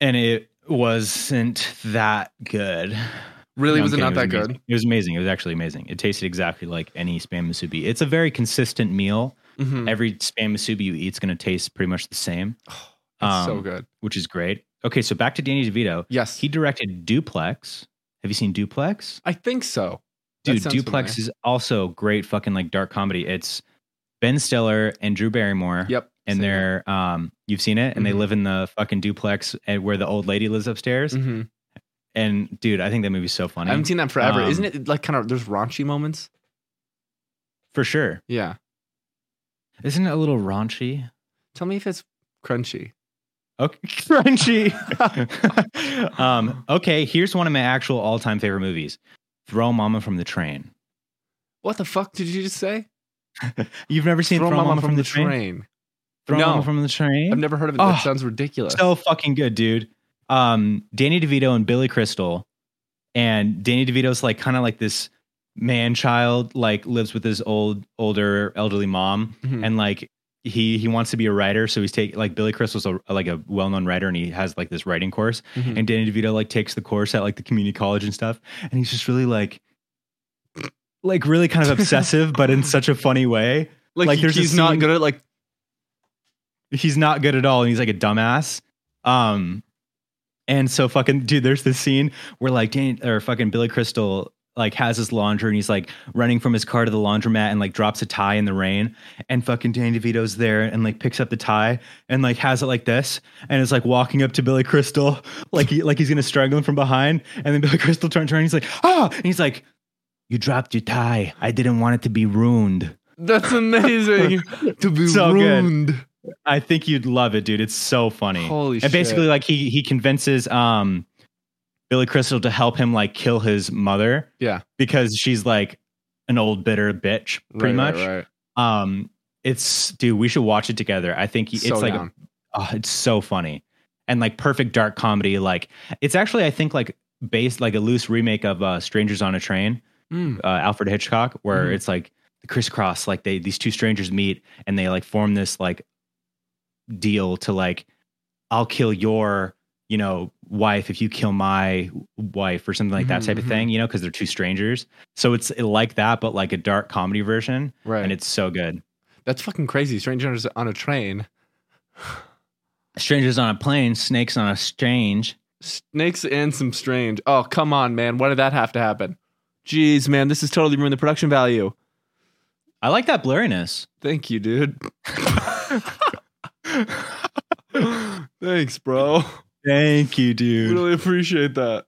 and it wasn't that good.
Really,
No,
was it
I'm
not
kidding.
that
amazing.
good?
It was amazing. It was actually amazing. It tasted exactly like any spam musubi. It's a very consistent meal.
Mm-hmm.
Every spam musubi you eat is going to taste pretty much the same,
so
um,
good.
which is great. Okay, so back to Danny DeVito.
Yes,
He directed Duplex. Have you seen Duplex?
I think so. That
Dude,
sounds
Duplex is also great fucking like dark comedy. It's Ben Stiller and Drew Barrymore.
Yep,
And they're um you've seen it and they
Mhm.
live in the fucking duplex and where the old lady lives upstairs.
hmm
And dude, I think that movie's so
I
funny.
haven't seen that forever.
Um,
Isn't it like kind of there's raunchy moments?
For sure.
Yeah.
Isn't it a little raunchy?
Tell me if it's crunchy.
Okay, crunchy. um, okay, here's one of my actual all-time favorite movies: Throw Mama from the Train.
What the fuck did you just say?
You've never seen Throw, Mama, from, the, train? Throw
No.
Mama from the Train.
I've never heard of it. That
Oh.
sounds ridiculous.
so fucking good, dude. Um, Danny DeVito and Billy Crystal, and Danny DeVito's like kind of like this man child, like lives with his old older elderly mom,
Mhm.
and like he he wants to be a writer, so he's taking like Billy Crystal's a, like a well known writer, and he has like this writing course,
Mhm.
and Danny DeVito like takes the course at like the community college and stuff, and he's just really like. Like really kind of obsessive, but in such a funny way.
like,
like,
he-
there's a
he's not
scene-
good at like
he's not good at all and he's like a dumbass um and so fucking dude there's this scene where like Dan, or fucking billy crystal like has his laundry and he's like running from his car to the laundromat and like drops a tie in the rain and fucking danny devito's there and like picks up the tie and like has it like this and is like walking up to billy crystal like he like he's gonna strangle him from behind and then billy crystal turns around and he's like ah and he's like you dropped your tie i didn't want it to be ruined
that's amazing to be
So good.
ruined.
I think you'd love it, dude. It's so funny.
Holy
and
shit.
basically, like he he convinces um Billy Crystal to help him like kill his mother.
Yeah.
Because she's like an old bitter bitch, pretty
Right,
much.
right, right.
Um it's dude, we should watch it together. I think he- it's
So
like
down.
oh, it's so funny. And like perfect dark comedy. Like it's actually, I think, like based like a loose remake of uh Strangers on a Train
Mm.
uh, Alfred Hitchcock, where
Mhm.
it's like the crisscross, like they these two strangers meet and they like form this like deal to like I'll kill your you know wife if you kill my wife or something like that
Mhm,
type of
mhm.
thing, you know, because they're two strangers. So it's like that, but like a dark comedy version,
right.
and it's so good.
that's fucking crazy. Strangers on a train.
Strangers on a plane, snakes on a strange.
Snakes and some strange. Oh, come on, man. Why did that have to happen? Jeez, man, this is totally ruined the production value.
I like that blurriness.
Thank you, dude. Thanks, bro.
Thank you, dude.
Really appreciate that.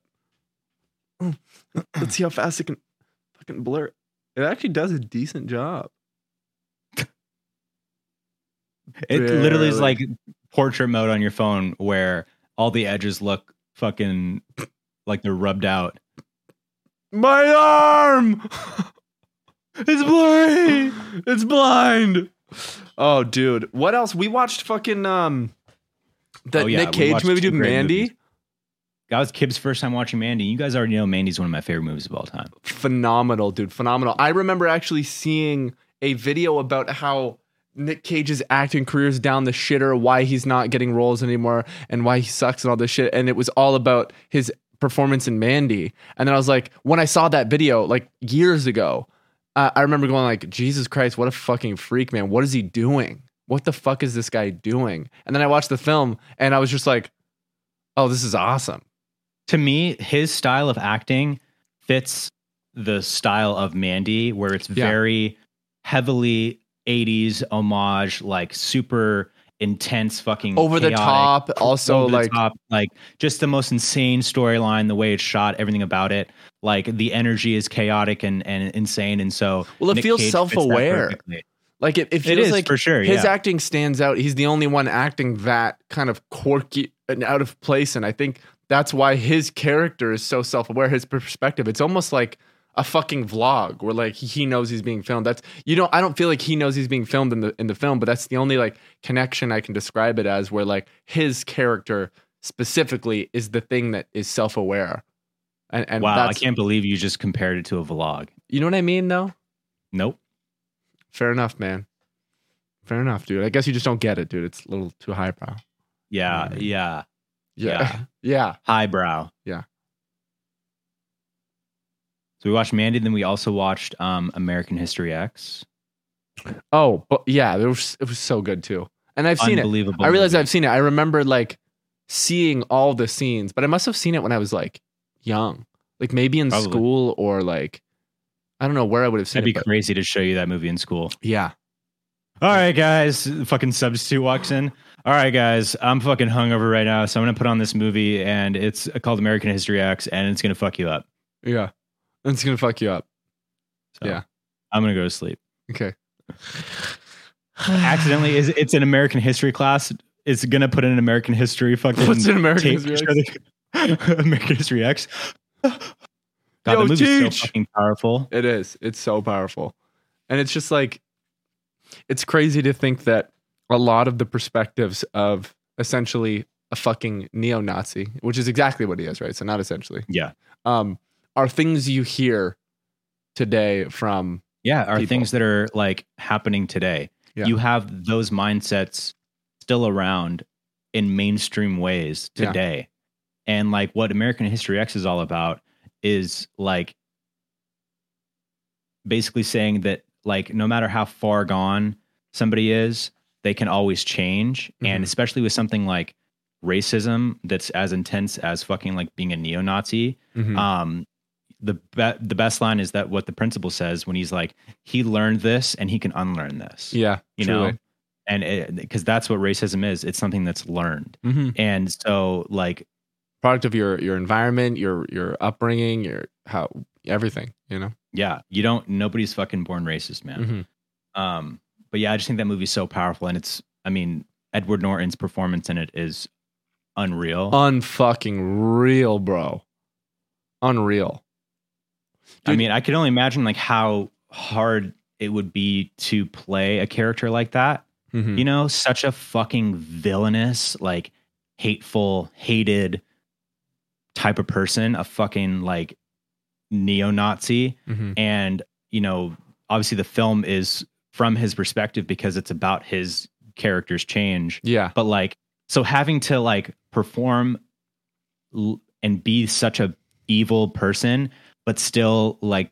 Let's see how fast it can fucking blur. It actually does a decent job.
It literally is like
Barely.
portrait mode on your phone where all the edges look fucking like they're rubbed out.
My arm!
It's blurry.
it's blind. Oh, dude. What else? We watched fucking um the
Oh, yeah,
Nick
we
Cage
watched
movie,
two
dude,
great
Mandy.
movies. That was Kib's first time watching Mandy. You guys already know Mandy's one of my favorite movies of all time.
phenomenal, dude. Phenomenal. I remember actually seeing a video about how Nick Cage's acting career is down the shitter, why he's not getting roles anymore, and why he sucks and all this shit. And it was all about his performance in Mandy. And then I was like, when I saw that video like years ago, uh, I remember going like, Jesus Christ, what a fucking freak, man. What is he doing? What the fuck is this guy doing? And then I watched the film and I was just like, oh, this is awesome.
To me, his style of acting fits the style of Mandy, where it's
Yeah.
very heavily 80s homage, like super intense fucking
Over the
chaotic,
top, also
over the
like
top, like just the most insane storyline, the way it's shot, everything about it. Like the energy is chaotic and, and insane, and so
Well, it
Nick
feels
Cage fits that
self-aware.
perfectly.
Like it, it
It
feels
is
like
for sure.
his
yeah.
acting stands out. He's the only one acting that kind of quirky and out of place, and I think that's why his character is so self-aware. His perspective. It's almost like a fucking vlog where like he knows he's being filmed. That's you don't. I don't feel like he knows he's being filmed in the in the film, but that's the only like connection I can describe it as. Where like his character specifically is the thing that is self-aware, and and
wow, I
that's,
can't believe you just compared it to a vlog.
you know what I mean though.
Nope.
Fair enough, man. Fair enough, dude. I guess you just don't get it, dude. It's a little too highbrow.
Yeah,
Alright.
yeah.
Yeah. Yeah.
Highbrow.
Yeah.
So we watched Mandy, then we also watched um, American History X.
Oh, but yeah, it was it was so good too. And I've seen it.
Unbelievable.
I realize
movie.
I've seen it. I remember like seeing all the scenes, but I must have seen it when I was like young, like maybe in
Probably.
school or like I don't know where I would have seen
That'd be
it. but-
crazy to show you that movie in school.
yeah,
All right, guys. The Fucking substitute walks in. All right, guys. I'm fucking hungover right now, so I'm gonna put on this movie, and it's called American History X, and it's gonna fuck you up.
yeah, it's gonna fuck you up.
So
Yeah.
I'm gonna go to sleep.
Okay.
Accidentally, is it's an American history class. It's gonna put in American history fucking.
What's an American
tape
History
to show the- American History X. God,
Yo,
the movie's
teach.
so fucking powerful.
It is. It's so powerful. And it's just like, it's crazy to think that a lot of the perspectives of essentially a fucking neo Nazi, which is exactly what he is, right? So, not essentially.
Yeah.
Um, are things you hear today from,
Yeah, are
People.
things that are like happening today.
Yeah.
You have those mindsets still around in mainstream ways
Yeah.
today. And like what American History X is all about is like basically saying that like no matter how far gone somebody is, they can always change. And
Mhm.
especially with something like racism that's as intense as fucking like being a neo-Nazi,
Hmm. uh,
um, the be- the best line is that what the principal says when he's like, he learned this and he can unlearn this.
yeah,
you know, and because that's what racism is. It's something that's learned.
know, mm-hmm.
And so, like,
product of your, your environment, your, your upbringing, your, how, everything, you know?
yeah, you don't. Nobody's fucking born racist, man.
Mhm.
Um, but yeah, I just think that movie's so powerful, and it's. I mean, Edward Norton's performance in it is unreal.
Uh, Unfucking real, bro. Unreal.
I
dude-
mean, I could only imagine like how hard it would be to play a character like that.
Mhm.
you know such a fucking villainous like hateful hated type of person a fucking like neo-nazi
Mhm.
and you know obviously the film is from his perspective because it's about his character's change
Yeah.
but like so having to like perform l- and be such a evil person but still like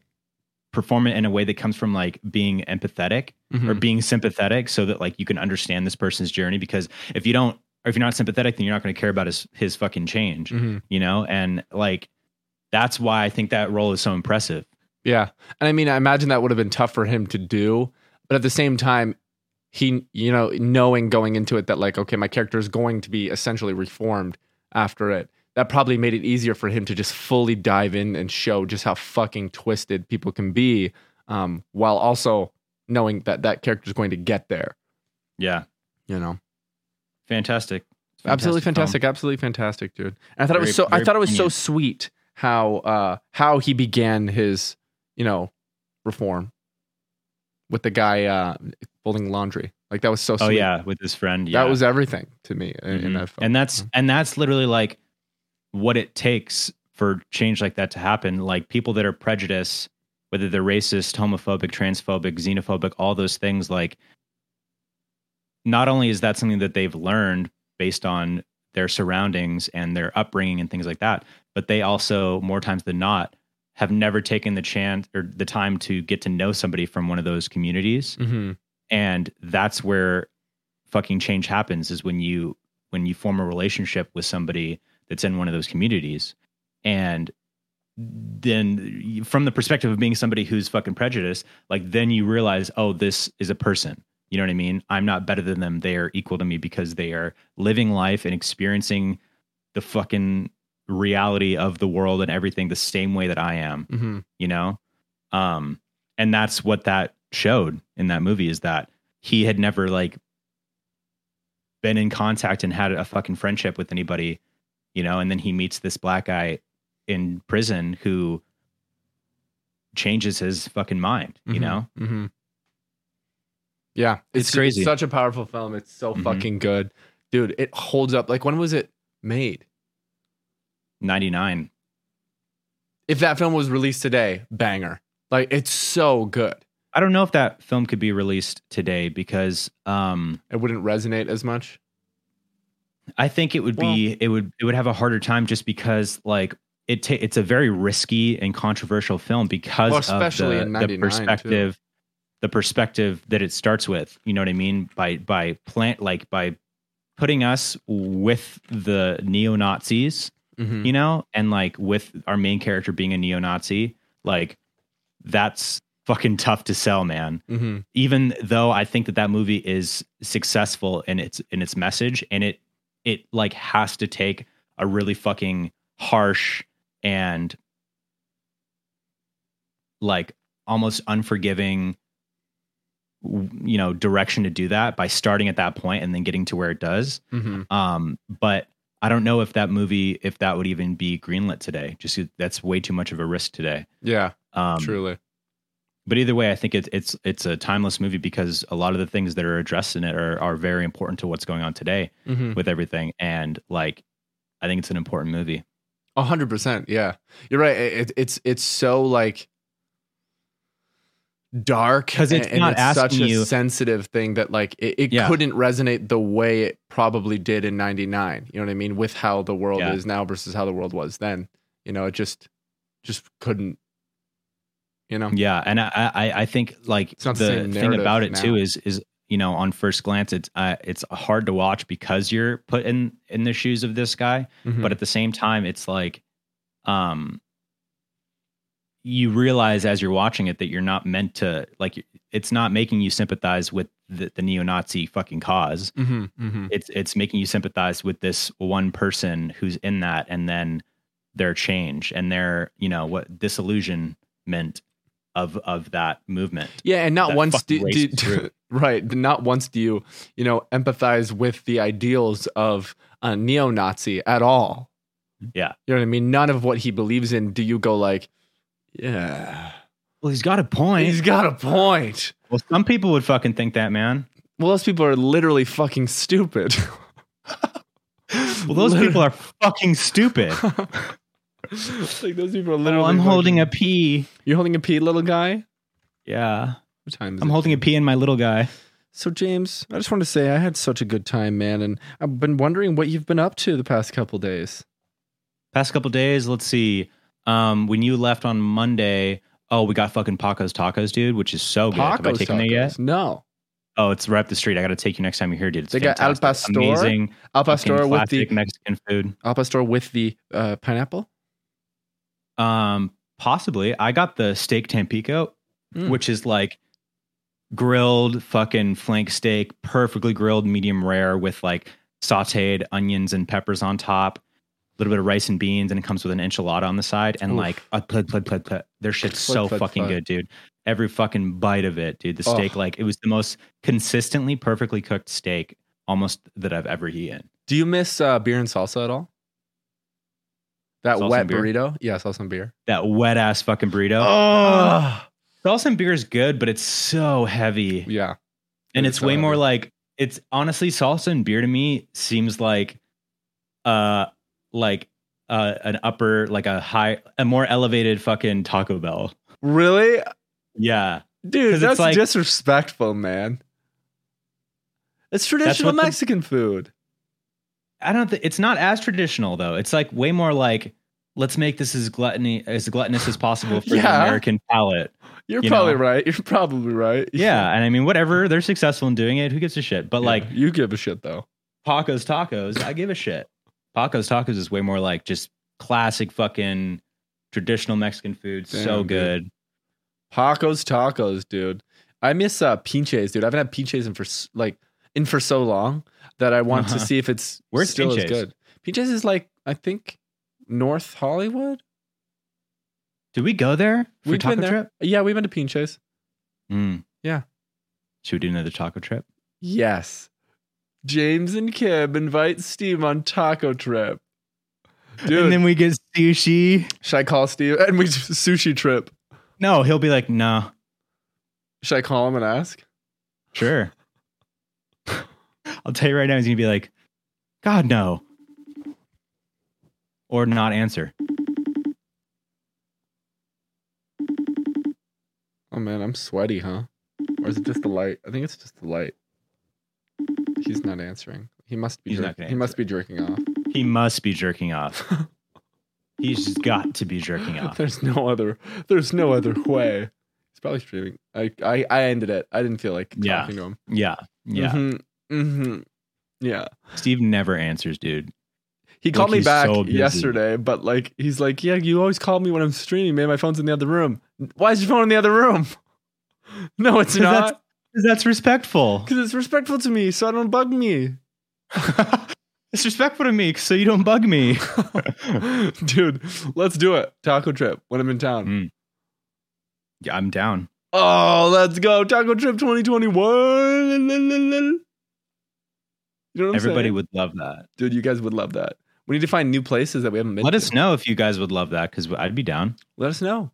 perform it in a way that comes from like being empathetic
Mhm.
or being sympathetic so that like you can understand this person's journey because if you don't or if you're not sympathetic then you're not going to care about his his fucking change
Mhm.
you know and like that's why i think that role is so impressive
Yeah. And I mean, I imagine that would have been tough for him to do, but at the same time, he, you know, knowing going into it that like, okay, my character is going to be essentially reformed after it. That probably made it easier for him to just fully dive in and show just how fucking twisted people can be, um, while also knowing that that character is going to get there.
yeah
You know,
fantastic
absolutely
film.
fantastic, absolutely fantastic, dude. And I thought it
Very-
was so. I
very
thought it was so
poignant.
sweet how uh, how he began his, you know, reform with the guy uh, folding laundry. Like that was so. sweet.
oh yeah with his friend yeah
that was everything to me in, in
Mhm.
that film.
and that's and that's literally like what it takes for change like that to happen like people that are prejudiced whether they're racist homophobic transphobic xenophobic all those things like not only is that something that they've learned based on their surroundings and their upbringing and things like that but they also more times than not have never taken the chance or the time to get to know somebody from one of those communities
Mhm.
and that's where fucking change happens is when you when you form a relationship with somebody that's in one of those communities and then you- from the perspective of being somebody who's fucking prejudiced like then you realize oh this is a person you know what i mean i'm not better than them they are equal to me because they are living life and experiencing the fucking reality of the world and everything the same way that i am
Mhm.
you know um and that's what that showed in that movie is that he had never like been in contact and had a fucking friendship with anybody you know and then he meets this black guy in prison who changes his fucking mind you
Mhm.
know
Mhm. yeah,
It's crazy.
such a powerful film. It's so
Mhm.
fucking good, dude. It holds up. Like when was it made?
99
If that film was released today, banger. Like it's so good.
I don't know if that film could be released today because um,
It wouldn't resonate as much.
I think it would be it would it would have a harder time just because like it ta- it's a very risky and controversial film because
Well, especially
of
in
the- the,
99 too.
perspective the perspective that it starts with. You know what I mean by by plant like by putting us with the neo Nazis
Mm-hmm.
you know and like with our main character being a neo-nazi like that's fucking tough to sell man
Mm-hmm.
even though i think that that movie is successful in its in its message and it it like has to take a really fucking harsh and like almost unforgiving w- you know direction to do that by starting at that point and then getting to where it does
Mm-hmm.
um, but I don't know if that movie, if that would even be greenlit today. Just that's way too much of a risk today.
Yeah,
Um,
truly.
But either way, I think it's it's it's a timeless movie because a lot of the things that are addressed in it are are very important to what's going on today
Mm-hmm.
with everything. And like, I think it's an important movie.
A hundred percent. Yeah, you're right. It, it's it's so like dark
'Cause it's
and,
not
and it's such
asking
a
you-
sensitive thing that like it, it
Yeah.
couldn't resonate the way it probably did in '99. You know what I mean? With how the world
Yeah.
is now versus how the world was then. You know, it just just couldn't. You know.
Yeah, and I I, I think like
It's not the
the
same
thing
narrative
about it too
now.
is is you know on first glance it's uh, it's hard to watch because you're put in in the shoes of this guy,
Mhm.
but at the same time it's like, um, you realize as you're watching it that you're not meant to like it's not making you sympathize with the, the neo-Nazi fucking cause
Mhm, mhm.
it's it's making you sympathize with this one person who's in that and then their change and their you know what disillusionment of of that movement
Yeah, and not
that
once do,
fucking
do,
racist root.
right, not once do you you know empathize with the ideals of a neo-Nazi at all.
Yeah.
you know what I mean. None of what he believes in do you go like, yeah,
well he's got a point
he's got a point.
well some people would fucking think that man
Well, those people are literally fucking stupid.
well those people are fucking stupid
are like those people are literally.
well, Oh, i'm holding a
fucking-
pee
You're holding a pee, little guy.
yeah
What time is
i'm
it?
holding a pee in my little guy
So, James, I just want to say I had such a good time, man, and I've been wondering what you've been up to the past couple days.
past couple days let's see um when you left on monday oh we got fucking paco's tacos dude which is so good Oh, have i
Paco's
taken there
tacos?
yet
No.
Oh, it's right up the street. I got to take you next time you're here, dude. It's
They got al
fantastic.
pastor,
amazing
Al
fucking
pastor with
classic
the
Mexican food.
al pastor with the uh, pineapple.
Um, possibly. I got the steak tampico,
Mm.
which is like grilled fucking flank steak, perfectly grilled, medium rare, with like sautéed onions and peppers on top, a little bit of rice and beans, and it comes with an enchilada on the side, and
Oof.
like a pled pled pled pled. Their shit's
Pled,
so
pled,
fucking
pled.
good, dude. Every fucking bite of it, dude. The
Oh.
steak, like, it was the most consistently perfectly cooked steak almost that I've ever eaten.
Do you miss uh, beer and salsa at all? That
Salsa
wet
and beer?
burrito. Yeah, salsa and beer.
that wet ass fucking burrito.
Oh,
Salsa and beer is good, but it's so heavy.
yeah.
And
It
it's
is so
way more
heavy.
like it's honestly salsa and beer to me seems like uh like uh an upper like a high a more elevated fucking Taco Bell.
Really,
Yeah.
dude?
'Cause it's
That's
like-
disrespectful, man. It's traditional
what the-
Mexican food.
I don't think it's not as traditional though. It's like way more like let's make this as gluttony as gluttonous as possible for the
Yeah.
American palate.
You're
You
probably
know?
right. You're probably right.
Yeah, and I mean whatever, they're successful in doing it. Who gives a shit? But
Yeah.
like
you give a shit though.
Paco's Tacos, I give a shit. Paco's Tacos is way more like just classic fucking traditional Mexican food.
Damn,
so
dude.
good.
Paco's tacos, dude. I miss uh, pinches, dude. I haven't had pinches in for s- like in for so long that I want to
Uh-huh.
see if it's
Where's
still
Pinches?
as good. Pinches is like I think North Hollywood.
Did we go there for
We've
taco
been there.
trip?
Yeah, we went to Pinches.
Mm.
Yeah.
Should we do another taco trip?
Yes. James and Kib invite Steve on taco trip. Dude,
And then we get sushi.
should I call Steve? And we do sushi trip.
No, he'll be like, no,
Should I call him and ask?
sure. I'll tell you right now, he's gonna be like, God no. Or not answer.
Oh man, I'm sweaty, huh? Or is it just the light? I think it's just the light. He's not answering. He must be.
He's
jerk-
not gonna
he must be jerking off.
He must be jerking off. He's got to be jerking off.
There's no other. There's no other way. He's probably streaming. I I, I ended it. I didn't feel like
Yeah.
talking to him.
Yeah. Yeah.
Mm-hmm, mm-hmm. Yeah.
Steve never answers, dude.
He called me
he's
back
so busy.
yesterday, but like he's like, yeah, you always call me when I'm streaming, man. My phone's in the other room. Why is your phone in the other room? No, it's
Cause that's-
not.
That's respectful.
Because it's respectful to me, so I don't bug me,
it's respectful to me so you don't bug me.
dude. Let's do it. Taco trip when I'm in town.
Yeah, I'm down.
Oh, let's go Taco Trip 2021. You know what I'm
Everybody
saying?
would love that.
dude, you guys would love that. We need to find new places that we haven't been.
Let
to.
us know if you guys would love that because I'd be down.
Let us know.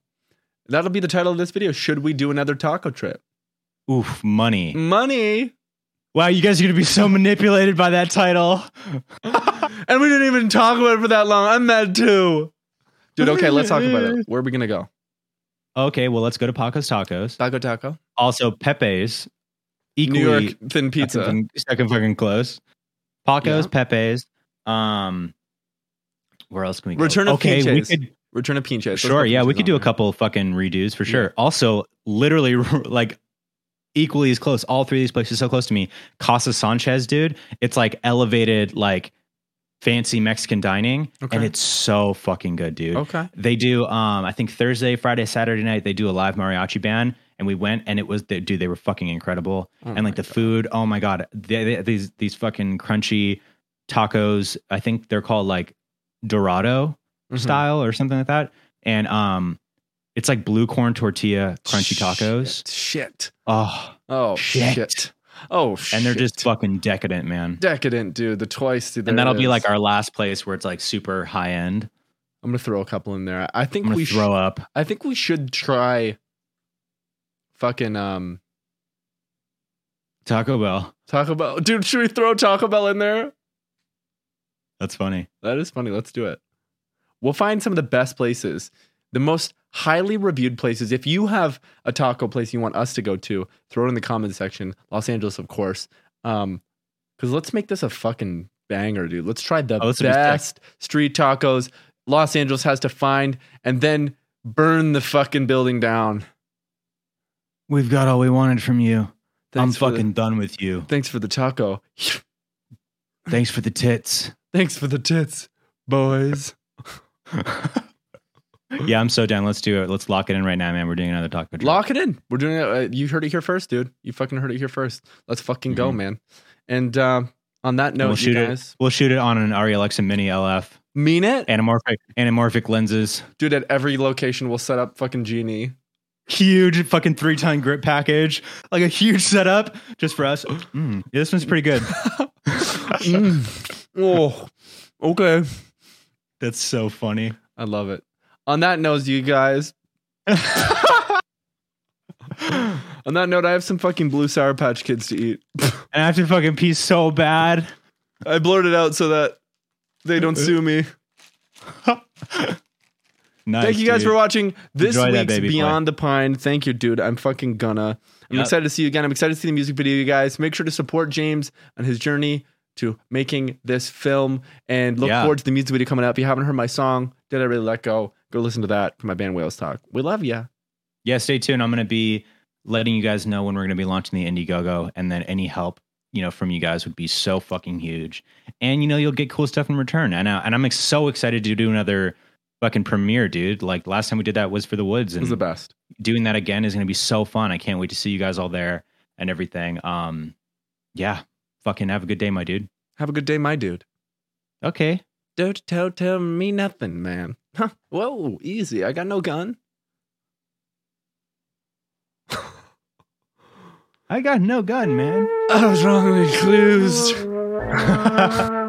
That'll be the title of this video. Should we do another taco trip?
Oof, money.
Money.
Wow, you guys are going to be so manipulated by that title.
and we didn't even talk about it for that long. I'm mad too. Dude, okay, let's talk about it. Where are we gonna go?
Okay, well, let's go to Paco's Tacos.
Taco Taco.
Also, Pepe's. Equally,
New York thin
Second,
pizza.
fucking- second fucking close. Paco's, Pepe's. Um, where else can we go?
Return of
okay, we
Pinches.
could
Return of Pinches. Let's
Sure.
put
Yeah, we
Pinches
could do
on
a
there.
couple fucking redos for sure. Also, literally, like equally as close. All three of these places so close to me. Casa Sanchez, dude. It's like elevated, like fancy Mexican dining, and
Okay. Oh.
it's so fucking good, dude.
Okay.
They do. Um, I think Thursday, Friday, Saturday night they do a live mariachi band, and we went, and it was they, dude. They were fucking incredible,
Oh
and like
my
the food. Oh my god, they, they, these these fucking crunchy tacos. I think they're called like Dorado
Mhm.
style or something like that. And um, it's like blue corn tortilla crunchy tacos.
Shit. Shit.
Oh,
Oh
Shit.
shit. Oh shit.
and they're just fucking decadent, man.
decadent, dude. The twice.
And that'll be like our last place where it's like super high end.
I'm gonna throw a couple in there. I
I'm
think
gonna
we
throw
should.
up.
I think we should try. Fucking um,
Taco Bell.
Taco Bell, dude. Should we throw Taco Bell in there?
That's funny.
That is funny. Let's do it. We'll find some of the best places, the most highly reviewed places. If you have a taco place you want us to go to, throw it in the comments section. Los Angeles, of course. Um, because let's make this a fucking banger, dude. Let's try the
Oh, this would be sick.
best street tacos Los Angeles has to find, and then burn the fucking building down.
We've got all we wanted from you.
Thanks for
I'm
the-
fucking done with you.
thanks for the taco.
Thanks for the tits.
Thanks for the tits, boys.
Yeah, I'm so down. Let's do it. Let's lock it in right now, man. We're doing another taco. Trip.
Lock it in. We're doing it. Uh, you heard it here first, dude. You fucking heard it here first. Let's fucking go,
Mhm.
man. And uh, on that note,
we'll
you
shoot it.
guys
We'll shoot it on an Arri Alexa Mini LF.
mean it,
Anamorphic anamorphic lenses.
dude. At every location, we'll set up fucking E. genie.
huge fucking three ton grip package, like a huge setup just for us. Mm, yeah, this one's pretty good.
Mm. Oh, okay.
That's so funny.
I love it. On that note, you guys. on that note, I have some fucking blue sour patch kids to eat.
And I have to fucking pee so bad.
I blurt it out so that they don't sue me.
Nice.
Thank you guys
dude.
for watching this
Enjoy that
week's
baby boy.
Beyond the Pine. Thank you, dude. I'm fucking gonna. I'm
Yep.
excited to see you again. I'm excited to see the music video, you guys. Make sure to support James on his journey to making this film and look
Yeah.
forward to the music video coming up. If you haven't heard my song, Did I Really Let Go? Go listen to that for my band Whales Talk. We love ya.
Yeah, stay tuned. I'm gonna be letting you guys know when we're gonna be launching the Indiegogo, and then any help you know from you guys would be so fucking huge. And you know you'll get cool stuff in return. And I, and I'm ex- so excited to do another fucking premiere, dude. Like last time we did that was for the woods,
It
and
was the best.
doing that again is going to be so fun. I can't wait to see you guys all there and everything. Um, yeah, fucking have a good day, my dude.
Have a good day, my dude.
Okay,
Don't tell, tell me nothing, man. Huh. Whoa, easy. I got no gun.
I got no gun, man.
I was wrongly accused.